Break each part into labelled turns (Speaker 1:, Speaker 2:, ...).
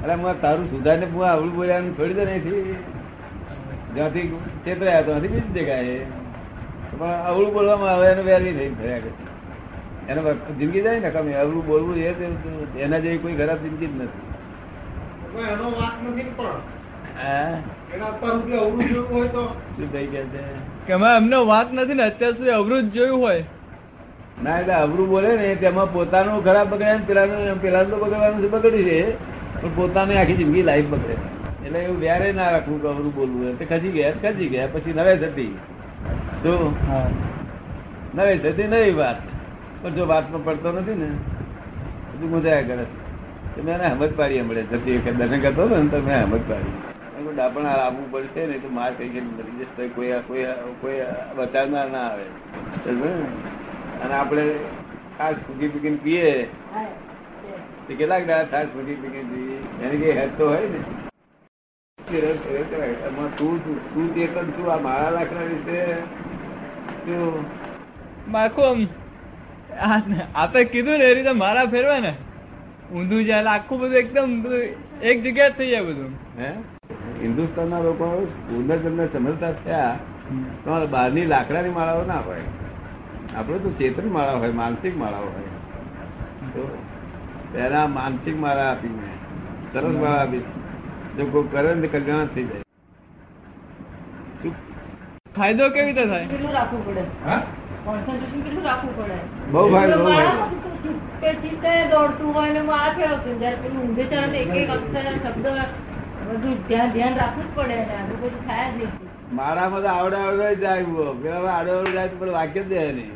Speaker 1: એટલે હું આ તારું સુધારને હું આવડું બોલ્યાનું છોડી દે નથી જ્યાંથી ચેતરાયા તો નથી બીજી જગ્યાએ પણ અવળું બોલવામાં આવે એનું વેલ્યુ નહીં થયા કરે એનો વખત જિંદગી જાય ને કમી અવળું બોલવું એ તો એના જેવી કોઈ ખરાબ જિંદગી જ નથી
Speaker 2: કોઈ એનો વાંક નથી પણ
Speaker 1: હા
Speaker 2: એના પર ઉપરી અવળું જોયું હોય તો
Speaker 1: શું થઈ ગયા છે
Speaker 3: કે એમાં એમનો વાત નથી ને અત્યાર સુધી અવરોધ જોયું હોય
Speaker 1: ના એટલે અવરું બોલે ને તેમાં પોતાનું ખરાબ બગડે ને પેલાનું પેલાનું તો બગડવાનું છે બગડ્યું છે પણ પોતાની આખી જિંદગી લાઈફ બગડે એટલે એવું વ્યારે ના રાખવું કે અવરું બોલવું એટલે ખસી ગયા ખસી ગયા પછી નવે થતી તો નવે થતી નવી વાત પણ જો વાતમાં પડતો નથી ને બધું મજાયા કરે તો મેં એને હમત પાડી હમણે જતી વખત દર્શન કરતો હતો ને તો મેં હમત પાડી મેં કહ્યું ડાપણ હાલ આપવું પડશે ને તો માર કઈ કઈ મરી જશે તો કોઈ કોઈ કોઈ બચાવનાર ના આવે સમજ્યો ને? અને આપણે ખાસ ફૂકી ફૂકીને પીએ તો કેટલાક દાડા ખાસ ફૂકી ફૂકીને પીએ એની કઈ હેત તો હોય ને એમાં તું તું- તું તે પણ તું આ મારા લાકડા વિશે તું
Speaker 3: માખું આમ આ- આપે કીધું ને એ રીતે મારા ફેરવે ને ઊંધું જાય એટલે આખું બધું એકદમ બધું એક જગ્યા જ થઈ જાય બધું
Speaker 1: હે હિન્દુસ્તાનના લોકો પુનર્જન્મને સમજતા થયા તો આ બહારની લાકડાની માળાઓ ના હોય આપણે તો ચેતન માળા હોય માનસિક માળાઓ હોય તો પહેલા માનસિક માળા આપી મેં સરસ માળા આપી જો કોઈ કરે ને તો કલ્યાણ જ થઈ જાય શું?
Speaker 3: ફાયદો કેવી રીતે થાય
Speaker 4: કેટલું રાખવું પડે
Speaker 2: હા
Speaker 4: કોન્સન્ટ્રેશન કેટલું રાખવું પડે
Speaker 1: બહુ ભાઈ બહુ ભાઈ
Speaker 4: મારા તે ચિત્તે દોડતું હોય ને હું આ ફેરવતો છું. જ્યારે પેલું ઊંધે ચડે તો એક એક અક્ષર શબ્દ બધું ધ્યાન ધ્યાન રાખવું જ પડે અને આનું બધું થાય જ નહીં
Speaker 1: મારામાં તો આવડે આવડે જ આવ્યો પેલા આડો આવડો જાય તો પેલું વાક્ય જ દે નહીં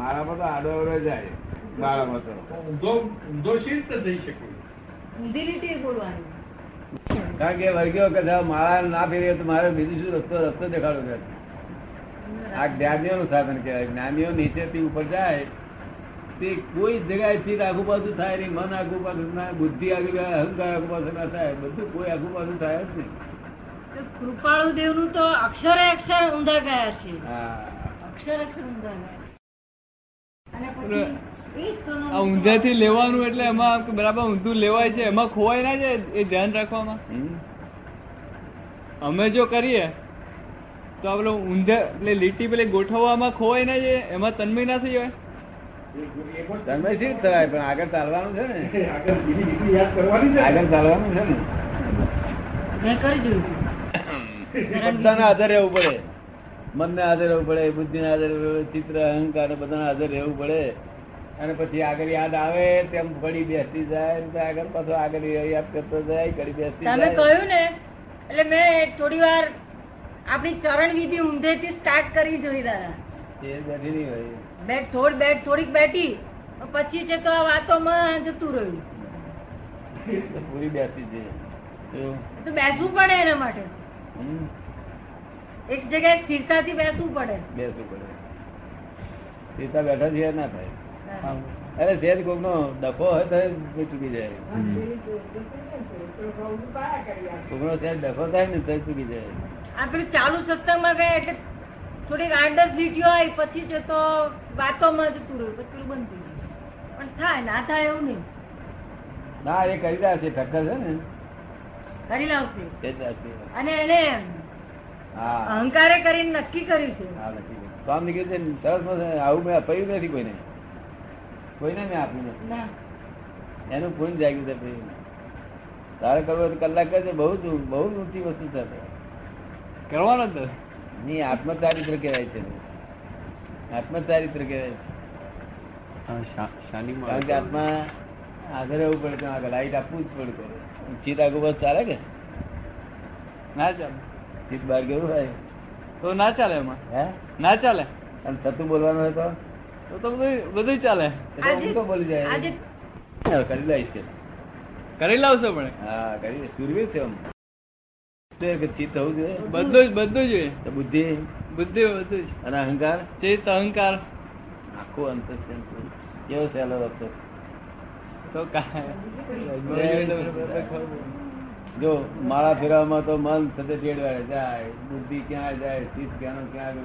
Speaker 1: મારામાં તો આડો આવડો જાય મારામાં તો
Speaker 2: ઊંધો ઊંધો શી રીતે થઈ શકે
Speaker 4: ઊંધી રીતે બોલવાનું
Speaker 1: કારણ કે વર્ગ્યો કે સાહેબ માળા ના ફેરીએ તો મારે બીજું શું રસ્તો રસ્તો દેખાડો છે આ જ્ઞાનીઓનું સાધન કહેવાય જ્ઞાનીઓ નીચેથી ઉપર જાય તે કોઈ જગ્યાએથી આગુ પાછું થાય નહીં મન આગુ પાછું ના બુદ્ધિ આગુ પાછું, અહંકાર આગુ પાછું ના થાય બધું કોઈ આગુ પાછું થાય જ નહીં
Speaker 4: તો કૃપાળુ દેવનું તો અક્ષરે અક્ષર ઊંધા ગયા છે
Speaker 1: હા
Speaker 4: અક્ષર અક્ષર ઊંધા ગયા અને પછી એ જ સોનું-
Speaker 3: આ ઊંધેથી લેવાનું એટલે એમાં બરાબર ઊંધું લેવાય છે એમાં ખોવાય ના જાય એ ધ્યાન રાખવામાં
Speaker 1: હમ?
Speaker 3: અમે જો કરીએ તો આપણે ઊંધે એટલે લીટી પેલી ગોઠવવામાં ખોવાય ના જાય એમાં તન્મય ના થઈ જાય
Speaker 2: એ પણ
Speaker 1: તમે શું થવાય પણ આગળ ચાલવાનું છે ને
Speaker 2: આગળ બીજી દીકરી યાદ કરવાની છે
Speaker 1: આગળ ચાલવાનું છે ને
Speaker 4: મેં કરી જોયું
Speaker 1: બધાના આધારે રહેવું પડે મનને આધારે રહેવું પડે બુદ્ધિના આધારે રહેવું પડે, ચિત્ર અહંકાર ને બધાના આધારે રહેવું પડે અને પછી આગળ યાદ આવે તેમ ફરી બેસી જાય ને આગળ પાછો આગળ યાદ કરતો જાય કરી બેસી
Speaker 4: તમે
Speaker 1: જાય
Speaker 4: કહ્યું ને એટલે મેં થોડી વાર આપણી ચરણ વિધિ ઊંધેથી સ્ટાર્ટ કરી જોઈ દાદા
Speaker 1: એ બેઠી નહીં હોય
Speaker 4: બેટ થોડ બેટ થોડીક બેઠી પણ પછી છે તો આ વાતોમાં જતું રહ્યું
Speaker 1: તો પૂરી બેસી જાય એવું.
Speaker 4: એ તો બેસવું પડે એના માટે
Speaker 1: હમ,
Speaker 4: એક જગ્યાએ સ્થિરતાથી બેસવું પડે
Speaker 1: બેસવું પડે સીતા બેઠા છે ના થાય
Speaker 4: હા.
Speaker 1: અરે સેજ કોક નો ડફો હોય તો એ ચૂકી જાય કોક નો સેજ ડફો થાય ને તો એ ચૂકી જાય
Speaker 4: આપણે ચાલુ સત્સંગમાં ગયા એટલે થોડીક આઠ દસ લીટીઓ આવી પછી છે તો વાતોમાં જતું રહ્યું પછી પેલું બંધ થઈ ગયું પણ થાય ના થાય એવું નહીં
Speaker 1: ના એ કરી રહ્યા છે ઠક્કર છે ને
Speaker 4: કરી લાવશે
Speaker 1: એ જ રહ્યા છે.
Speaker 4: અને એને
Speaker 1: હા
Speaker 4: અહંકારે કરીને નક્કી કર્યું છે
Speaker 1: હા, લખી દો. તો આમ નીકળી જાય ને તરત મને આવું મેં અપાયું નથી કોઈને કોઈને મેં આપ્યું નથી
Speaker 4: ના
Speaker 1: એનું પૂર્ણ જાગ્યું છે ભાઈ. તારે કરવું હોય તો કલાક કરજે. બહુ જ ઊ- બહુ જ ઊંચી વસ્તુ છે તે.
Speaker 3: કરવાનો જ નથી.
Speaker 1: ની આત્મચારિત્ર કહેવાય છે આત્મચારિત્ર કહેવાય છે. કારણ કે આત્મા આગળ રહેવું પડે તો આગળ લાઈટ આપવું જ પડે ચિત્ત આગળ બસ ચાલે કે
Speaker 3: ના ચાલે
Speaker 1: ચિત્ત બહાર ગયું હોય
Speaker 3: તો ના ચાલે એમાં
Speaker 1: હે
Speaker 3: ના ચાલે
Speaker 1: અને થતું બોલવાનું હોય તો
Speaker 3: તો તો બધું બધું ચાલે
Speaker 1: એ તો ઊંધો બોલી જાય
Speaker 4: આજે
Speaker 1: હા, કરી લઈશ કે
Speaker 3: કરી લાવશો પણ
Speaker 1: હા કરી સુરવીર છે આમ. તે કે ચિત્ત હોવું જોઈએ
Speaker 3: બધું જ બધું જોઈએ
Speaker 1: તો બુદ્ધિ
Speaker 3: બુદ્ધિ બધું જ
Speaker 1: અને અહંકાર
Speaker 3: ચિત્ત અહંકાર
Speaker 1: આખો અંતર છે કેવો સહેલો રસ્તો
Speaker 3: તો કાંઈ
Speaker 1: જો માળા ફેરવામાં તો મન સતત ચેડવાડે જાય બુદ્ધિ ક્યાં જાય ચિત્ત ક્યાંનું ક્યાં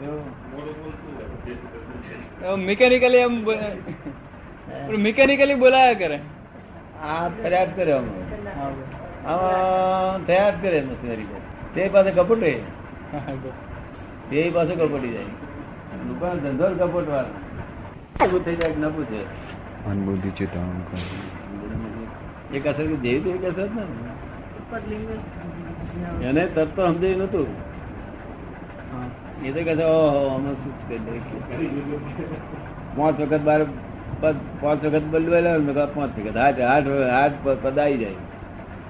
Speaker 1: ગયું હોય તો
Speaker 3: મિકેનિકલી એમ બ- મિકેનિકલી બોલાયા કરે
Speaker 1: આ ફરિયાદ કર્યો અમે. આમાં થયા જ કરે મશીનરી પર. તે પાસે કપટે તે પાસે કપટી જાય દુકાન ધંધો જ કપટવાનો. ઊભું થઈ જાય કે નભું છે
Speaker 5: અનબુદ્ધિ ચેતવણ કરે
Speaker 1: એક અસર કે જેવી તેવી એક અસર જ ને એને તત્વ સમજાયું નતું એ તો કહે છે, ઓહો અમે શું કરી નાખ્યું." પાંચ વખત બાર પ- પાંચ વખત બદલાયેલા હોય ને તો પાંચ વખત હાથ હાથ હાથ પ- પદાઈ જાય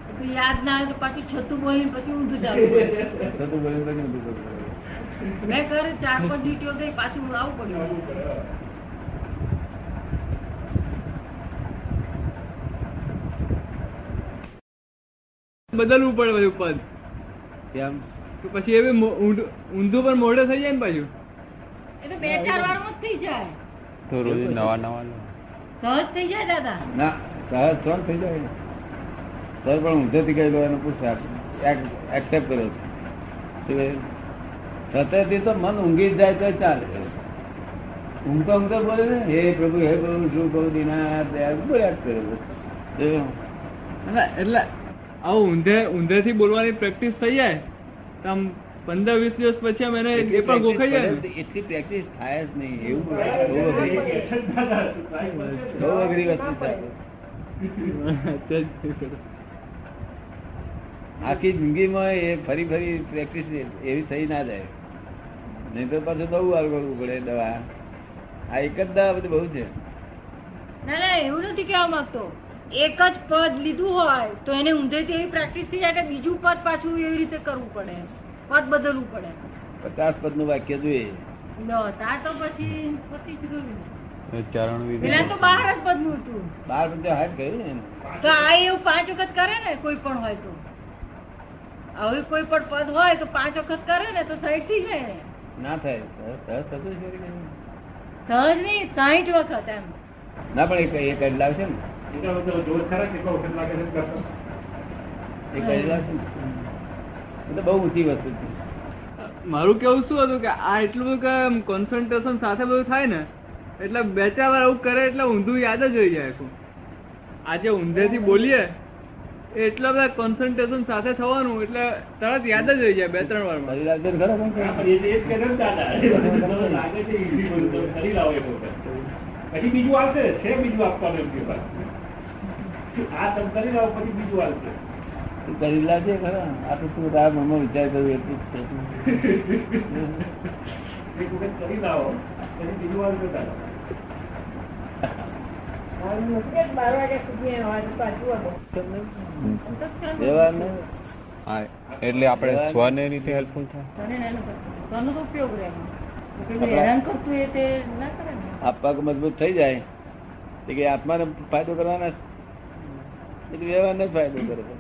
Speaker 4: એટલું યાદ ના આવે તો પાછું છતું બોલીને પછી ઊંધું જવું પડે.
Speaker 1: છતું બોલે તો કેમ ઊંધું બોલે?
Speaker 4: મેં કર્યું ચાર પાંચ લીટીઓ ગઈ પાછું આવું પડ્યું
Speaker 3: બદલવું પડે બધું પદ
Speaker 1: કેમ
Speaker 3: તો પછી એ બી મો- ઊંધું ઊંધું પર મોઢે થઈ જાય ને પાછું
Speaker 4: એટલે બે ચાર વારમાં જ થઈ જાય
Speaker 5: તો રોજ નવા નવા
Speaker 4: સહજ થઈ જાય દાદા
Speaker 1: ના સહજ કોણ થઈ જાય ને સર પણ ઊંધેથી કહી દેવાનું પુરુષાર્થ એક્સેપ્ટ કર્યો છે તે સતેથી તો મન ઊંઘી જ જાય તો ચાલે ઊંઘતો ઊંઘતો બોલે ને હે પ્રભુ હે પ્રભુ શું કહું દીના બોલ્યા જ કરે તે
Speaker 3: ના, એટલે આવું ઊંધે ઊંધેથી બોલવાની પ્રેક્ટિસ થઈ જાય તો આમ પંદર વીસ દિવસ પછી આમ એને એ પણ ગોખાઈ જાય ને.
Speaker 1: એટલી પ્રેક્ટિસ થાય જ નહીં એવું બહુ અઘરી બહુ અઘરી વસ્તુ થાય
Speaker 3: તે જ.
Speaker 1: આખી જિંદગીમાં એ ફરી ફરી પ્રેક્ટિસ એવી થઈ ના જાય નહીં તો પાછું બહુ વાર કરવું પડે દવા આ એક જ દવા બધું બહુ છે
Speaker 4: ના ના એવું નથી કહેવા માંગતો એક જ પદ લીધું હોય તો એને ઊંધેથી એવી પ્રેક્ટિસ થઈ જાય કે બીજું પદ પાછું એવી રીતે કરવું પડે પદ બદલવું પડે
Speaker 1: પચાસ પદ નું વાક્ય જોઈએ
Speaker 4: લો તાર તો પછી પતી જ ગયું
Speaker 5: ચારણ
Speaker 4: પેલા તો બાર જ પદનું હતું
Speaker 1: બાર બધું હાથ ગયું ને એનું.
Speaker 4: તો આ એવું પાંચ વખત કરે ને કોઈ પણ હોય તો હવે કોઈ પણ પદ હોય તો પાંચ વખત કરે ને તો સાઈડ થઈ જાય ને
Speaker 1: ના થાય સહજ સહજ થતું છે કે નહીં?
Speaker 4: સહજ નહીં સાઈઠ વખત એમ
Speaker 1: ના પણ એ ક- એ કરી લાવશે ને એ કરી લાવશે ને એ તો બહુ ઊંચી વસ્તુ છે
Speaker 3: મારું કેવું શું હતું કે આ એટલું બધું કોન્સન્ટ્રેશન સાથે બધું થાય ને એટલે બે ચાર વાર આવું કરે એટલે ઊંધું યાદ જ રહી જાય આખું આજે ઊંધેથી બોલીએ એ એટલા બધા કોન્સન્ટ્રેશન સાથે થવાનું એટલે તરત યાદ જ રહી જાય બે ત્રણ વારમાં
Speaker 1: કરી લાવશે ને ખરા પણ?
Speaker 2: પછી બીજું આવશે છે બીજું આપવાનું એમ કે આ તમે કરી લાવો પછી બીજું આવશે
Speaker 1: તું કરી લાવજે ખરા આ તો તું તારા મનમાં વિચાર કરું એટલું જ છે
Speaker 2: એક વખત કરી લાવો પછી બીજું આવશે દાદા
Speaker 4: બાર વાગ્યા સુધી પાછું
Speaker 1: વ્યવહારને
Speaker 5: હા એટલે આપણે સ્વને રીતે હેલ્પફુલ થાય
Speaker 4: તને નાનું કરતું. તને તો ઉપયોગ રહે પેલું
Speaker 1: આપણા-
Speaker 4: હેરાન કરતું એ તે ના કરે ને
Speaker 1: આપવા મજબૂત થઈ જાય તો કે આત્માને ફાયદો કરવાના જ. એટલે વ્યવહારને જ ફાયદો કરે છે.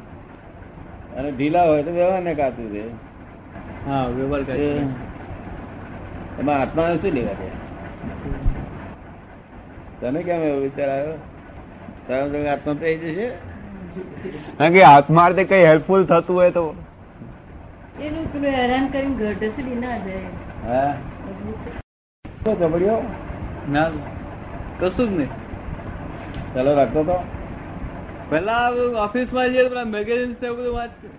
Speaker 1: અને ઢીલા હોય તો વ્યવહારને કાતું રહે
Speaker 3: હા વ્યવહાર કરે
Speaker 1: એ- એમાં આત્માને શું લેવા દે તને કેમ એવો વિચાર આવ્યો તારા જોડે આત્મા થઈ જશે
Speaker 5: કારણ કે આત્માર્થે કઈ હેલ્પફુલ થતું હોય તો
Speaker 4: એનું પેલું હેરાન કરીને ઘર ઢસડી ના જાય
Speaker 1: હા શું ચોપડીઓ?
Speaker 3: ના કશું જ નહીં
Speaker 1: ચાલો રાખતો તો
Speaker 3: પેલા ઓફિસમાં જઈએ તો પેલા મેગેઝિન્સ ને એવું બધું વાંચતું